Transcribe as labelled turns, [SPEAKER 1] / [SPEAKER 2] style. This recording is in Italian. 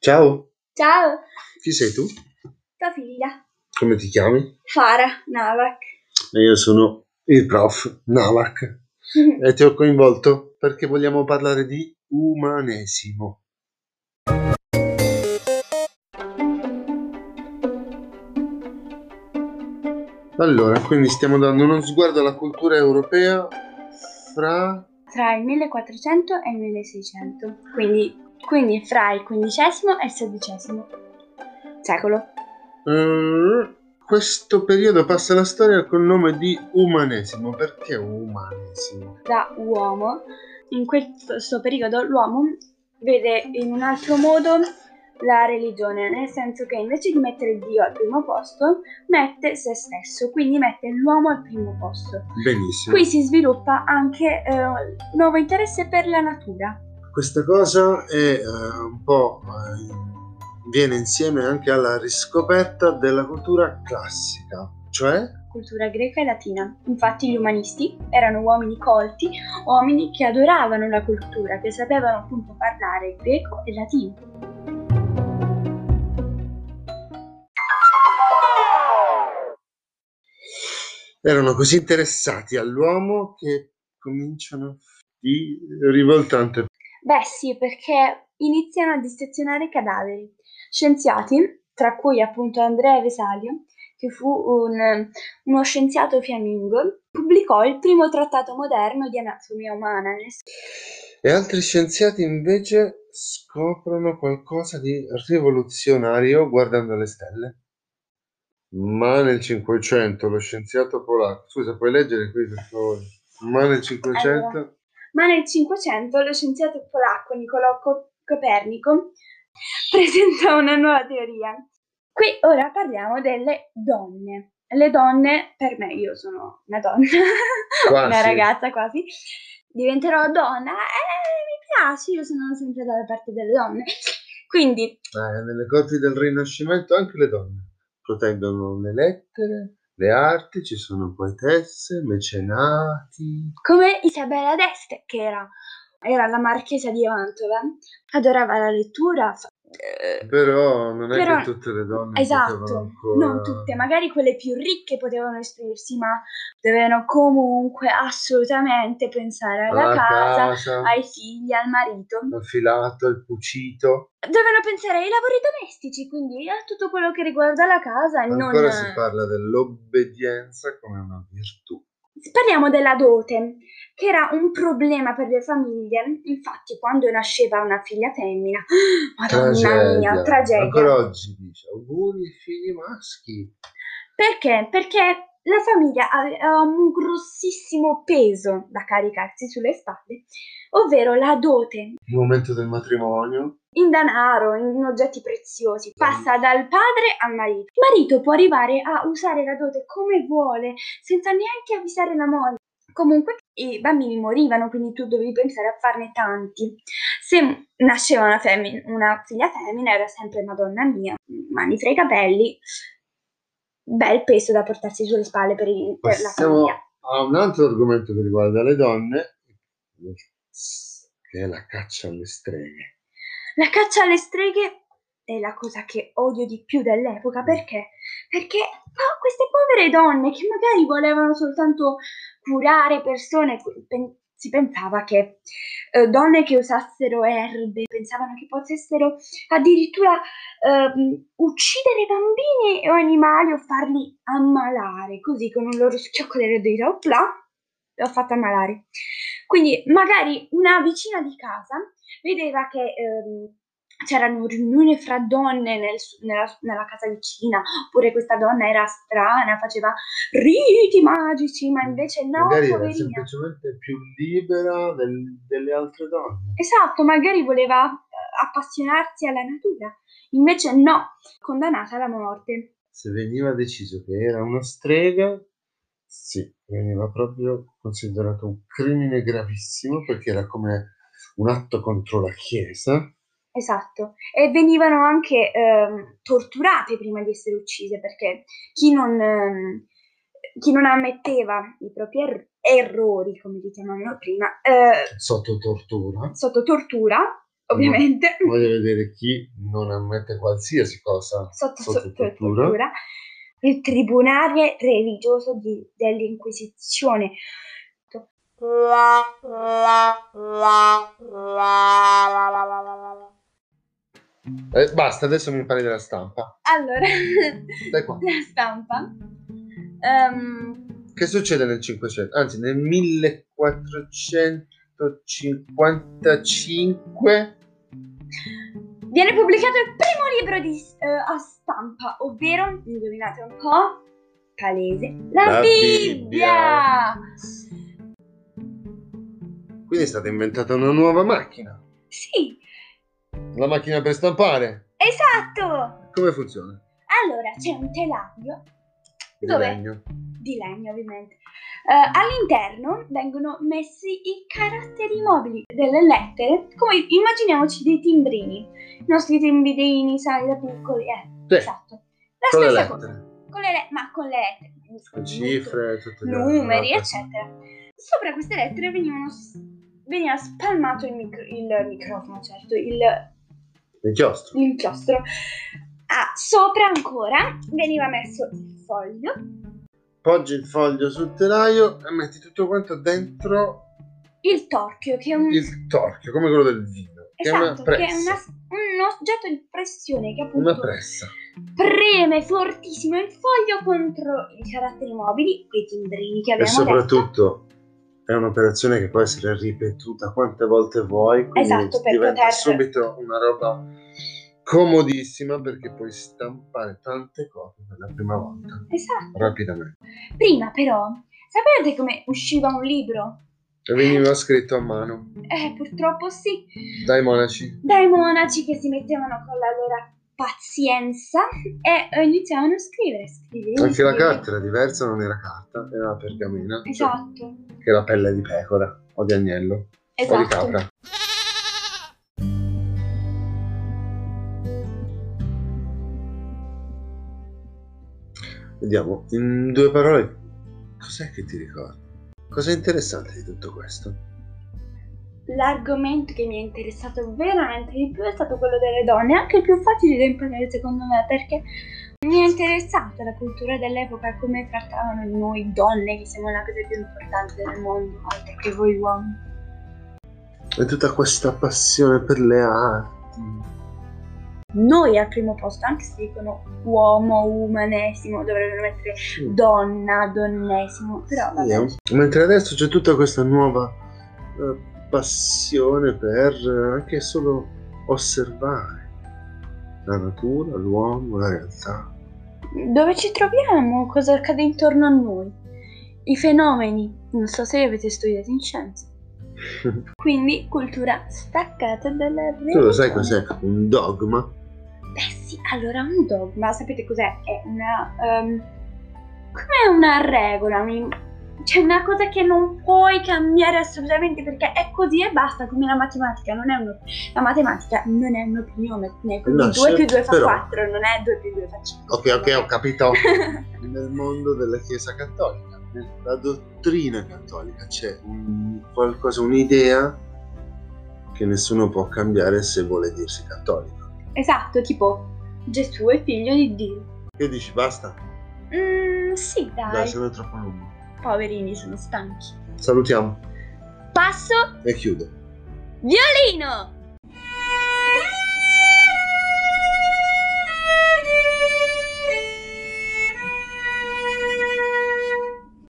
[SPEAKER 1] Ciao,
[SPEAKER 2] Ciao,
[SPEAKER 1] chi sei tu?
[SPEAKER 2] tua figlia.
[SPEAKER 1] Come ti chiami?
[SPEAKER 2] Fara Navak.
[SPEAKER 1] Io sono il prof Navak e ti ho coinvolto perché vogliamo parlare di umanesimo. Allora, quindi stiamo dando uno sguardo alla cultura europea fra
[SPEAKER 2] Tra il 1400 e il 1600, quindi, quindi fra il XV e il XVI secolo.
[SPEAKER 1] Eh, questo periodo passa la storia col nome di umanesimo. Perché umanesimo?
[SPEAKER 2] Da uomo, in questo periodo l'uomo vede in un altro modo la religione, nel senso che invece di mettere Dio al primo posto, mette se stesso, quindi mette l'uomo al primo posto.
[SPEAKER 1] Benissimo.
[SPEAKER 2] Qui si sviluppa anche eh, nuovo interesse per la natura.
[SPEAKER 1] Questa cosa è eh, un po' eh, viene insieme anche alla riscoperta della cultura classica, cioè
[SPEAKER 2] cultura greca e latina. Infatti gli umanisti erano uomini colti, uomini che adoravano la cultura, che sapevano appunto parlare greco e latino.
[SPEAKER 1] erano così interessati all'uomo che cominciano a di rivoltante.
[SPEAKER 2] Beh sì, perché iniziano a dissezionare cadaveri. Scienziati, tra cui appunto Andrea Vesalio, che fu un- uno scienziato fiammingo, pubblicò il primo trattato moderno di anatomia umana. nel
[SPEAKER 1] E altri scienziati invece scoprono qualcosa di rivoluzionario guardando le stelle. Ma nel 500 lo scienziato polacco, scusa, puoi leggere qui per favore? Ma nel 500
[SPEAKER 2] ma nel Cinquecento lo scienziato polacco Niccolò Co- Copernico presentò una nuova teoria. Qui ora parliamo delle donne. Le donne, per me, io sono una donna, una
[SPEAKER 1] Quasi.
[SPEAKER 2] ragazza quasi, diventerò donna e mi piace, io sono sempre dalla parte delle donne. Quindi
[SPEAKER 1] Eh, nelle corti del Rinascimento anche le donne proteggono le lettere, le arti, ci sono poetesse, mecenati.
[SPEAKER 2] come Isabella d'Este, che era, era la marchesa di Mantova, adorava la lettura. fa- eh,
[SPEAKER 1] Però non è
[SPEAKER 2] Però-
[SPEAKER 1] che tutte le donne potevano
[SPEAKER 2] Esatto,
[SPEAKER 1] ancora...
[SPEAKER 2] non tutte, magari quelle più ricche potevano istruirsi, ma dovevano comunque assolutamente pensare alla casa, ai figli, al marito.
[SPEAKER 1] il filato, il cucito.
[SPEAKER 2] Dovevano pensare ai lavori domestici, quindi a tutto quello che riguarda la casa. e
[SPEAKER 1] Ancora
[SPEAKER 2] non...
[SPEAKER 1] si parla dell'obbedienza come una virtù.
[SPEAKER 2] Parliamo della dote, che era un problema per le famiglie. Infatti, quando nasceva una figlia femmina, madonna mia, tragedia.
[SPEAKER 1] Ancora oggi dice auguri ai figli maschi.
[SPEAKER 2] Perché? Perché la famiglia aveva un grossissimo peso da caricarsi sulle spalle, ovvero la dote
[SPEAKER 1] Il momento del matrimonio.
[SPEAKER 2] in denaro, in oggetti preziosi, passa dal padre al marito. Il marito può arrivare a usare la dote come vuole, senza neanche avvisare la moglie. Comunque i bambini morivano, quindi tu dovevi pensare a farne tanti. Se nasceva una, femmin- una figlia femmina era sempre Madonna mia, mani fra i capelli, bel peso da portarsi sulle spalle per, il- per la
[SPEAKER 1] Passiamo
[SPEAKER 2] famiglia.
[SPEAKER 1] a un altro argomento che riguarda le donne, che è la caccia alle streghe.
[SPEAKER 2] La caccia alle streghe è la cosa che odio di più dell'epoca perché? Perché ah, queste povere donne che magari volevano soltanto curare persone, pen- si pensava che eh, donne che usassero erbe, pensavano che potessero addirittura ehm, uccidere bambini o animali o farli ammalare, così con un loro schiocco delle dita, opla, l'ho fatta ammalare. Quindi magari una vicina di casa vedeva che ehm, c'erano riunioni fra donne nel su- nella, nella casa vicina, oppure questa donna era strana, faceva riti magici, ma invece no,
[SPEAKER 1] Magari era
[SPEAKER 2] poverina.
[SPEAKER 1] semplicemente più libera del- delle altre donne.
[SPEAKER 2] Esatto, magari voleva eh, appassionarsi alla natura, invece no, condannata alla morte.
[SPEAKER 1] se veniva deciso che era una strega, sì, veniva proprio considerato un crimine gravissimo perché era come un atto contro la Chiesa.
[SPEAKER 2] Esatto, e venivano anche ehm, torturate prima di essere uccise perché chi non, ehm, chi non ammetteva i propri er- errori, come li chiamavano prima, eh,
[SPEAKER 1] Sotto tortura
[SPEAKER 2] sotto tortura ovviamente,
[SPEAKER 1] Voglio vedere chi non ammette qualsiasi cosa.
[SPEAKER 2] sotto,
[SPEAKER 1] sotto
[SPEAKER 2] sotto
[SPEAKER 1] tortura.
[SPEAKER 2] tortura, il tribunale religioso di- dell'Inquisizione.
[SPEAKER 3] la la la la la la la la
[SPEAKER 1] Eh, basta, adesso mi parli della stampa.
[SPEAKER 2] Allora,
[SPEAKER 1] Dai qua.
[SPEAKER 2] la stampa. Ehm,
[SPEAKER 1] Che succede nel 500? Anzi, nel 1455
[SPEAKER 2] viene pubblicato il primo libro di, eh, a stampa, ovvero, indovinate un po', palese, la,
[SPEAKER 1] La
[SPEAKER 2] Bibbia!
[SPEAKER 1] Quindi è stata inventata una nuova macchina.
[SPEAKER 2] Sì,
[SPEAKER 1] La macchina per stampare.
[SPEAKER 2] esatto!
[SPEAKER 1] Come funziona?
[SPEAKER 2] Allora, c'è un telaio
[SPEAKER 1] Il
[SPEAKER 2] Dov'è?
[SPEAKER 1] legno.
[SPEAKER 2] di legno ovviamente. Eh, all'interno vengono messi i caratteri mobili delle lettere, come immaginiamoci dei timbrini, i nostri timbrini, sai, da piccoli, eh,
[SPEAKER 1] Sì,
[SPEAKER 2] esatto. La
[SPEAKER 1] con le
[SPEAKER 2] stessa
[SPEAKER 1] lettere.
[SPEAKER 2] cosa, con le le- ma con le lettere,
[SPEAKER 1] Con
[SPEAKER 2] minuscole,
[SPEAKER 1] cifre, tutte le
[SPEAKER 2] numeri,
[SPEAKER 1] vabbè.
[SPEAKER 2] eccetera. Sopra queste lettere venivano s- veniva spalmato il, micro- il microfono, certo, il,
[SPEAKER 1] L'inchiostro.
[SPEAKER 2] l'inchiostro. Ah, sopra ancora veniva messo il foglio
[SPEAKER 1] Poggi il foglio sul telaio e metti tutto quanto dentro
[SPEAKER 2] il torchio, che è un,
[SPEAKER 1] il torchio, come quello del vino. Che è una
[SPEAKER 2] esatto, che è
[SPEAKER 1] pressa.
[SPEAKER 2] una- un oggetto di pressione che appunto
[SPEAKER 1] Una pressa.
[SPEAKER 2] preme fortissimo il foglio contro i caratteri mobili, quei timbrini che
[SPEAKER 1] E
[SPEAKER 2] abbiamo detto.
[SPEAKER 1] soprattutto è un'operazione che può essere ripetuta quante volte vuoi, quindi
[SPEAKER 2] Esatto, per
[SPEAKER 1] diventa
[SPEAKER 2] poter-
[SPEAKER 1] subito una roba comodissima perché puoi stampare tante copie per la prima volta,
[SPEAKER 2] Esatto.
[SPEAKER 1] rapidamente.
[SPEAKER 2] Prima però, sapete come usciva un libro?
[SPEAKER 1] E veniva scritto a mano
[SPEAKER 2] Eh, purtroppo sì,
[SPEAKER 1] dai monaci.
[SPEAKER 2] dai monaci che si mettevano con la loro pazienza e eh, iniziavano a scrivere, scrivere.
[SPEAKER 1] Anche la
[SPEAKER 2] scrivere.
[SPEAKER 1] carta era diversa, non era carta, era la pergamena, cioè,
[SPEAKER 2] Esatto,
[SPEAKER 1] che era pelle di pecora o di agnello o di
[SPEAKER 2] esatto.
[SPEAKER 1] capra. Vediamo, in due parole, cos'è che ti ricordi? Cos'è interessante di tutto questo?
[SPEAKER 2] L'argomento che mi è interessato veramente di più è stato quello delle donne, anche il più facile da imparare secondo me, perché mi è interessata la cultura dell'epoca e come trattavano noi donne, che siamo la cosa più importante del mondo, oltre che voi uomini.
[SPEAKER 1] E tutta questa passione per le arti.
[SPEAKER 2] Noi al primo posto, anche se dicono uomo, umanesimo, dovrebbero mettere donna, donnesimo, però vabbè.
[SPEAKER 1] Sì, Mentre adesso c'è tutta questa nuova eh, passione per eh, anche solo osservare la natura, l'uomo, la realtà.
[SPEAKER 2] dove ci troviamo, cosa accade intorno a noi, i fenomeni. Non so se li avete studiati in scienza. Quindi cultura staccata dalla realtà.
[SPEAKER 1] Tu lo sai cos'è un dogma?
[SPEAKER 2] Beh sì, allora un dogma, sapete cos'è? È una... ehm, come una regola, mi- c'è una cosa che non puoi cambiare assolutamente perché è così e basta, come la matematica. Non è uno- la matematica non è un'opinione, né, quindi
[SPEAKER 1] No,
[SPEAKER 2] 2
[SPEAKER 1] sì,
[SPEAKER 2] più 2 fa
[SPEAKER 1] però-
[SPEAKER 2] 4, non è 2 più 2 fa 5.
[SPEAKER 1] Ok, ok, ho capito. Nel mondo della Chiesa Cattolica, nella dottrina cattolica c'è un qualcosa, un'idea che nessuno può cambiare se vuole dirsi cattolico.
[SPEAKER 2] Esatto, tipo Gesù è figlio di Dio.
[SPEAKER 1] Che dici? Basta?
[SPEAKER 2] Mm, sì, dai,
[SPEAKER 1] Dai, sono troppo lungo.
[SPEAKER 2] poverini, sono stanchi.
[SPEAKER 1] Salutiamo
[SPEAKER 2] Passo
[SPEAKER 1] e chiudo.
[SPEAKER 2] violino!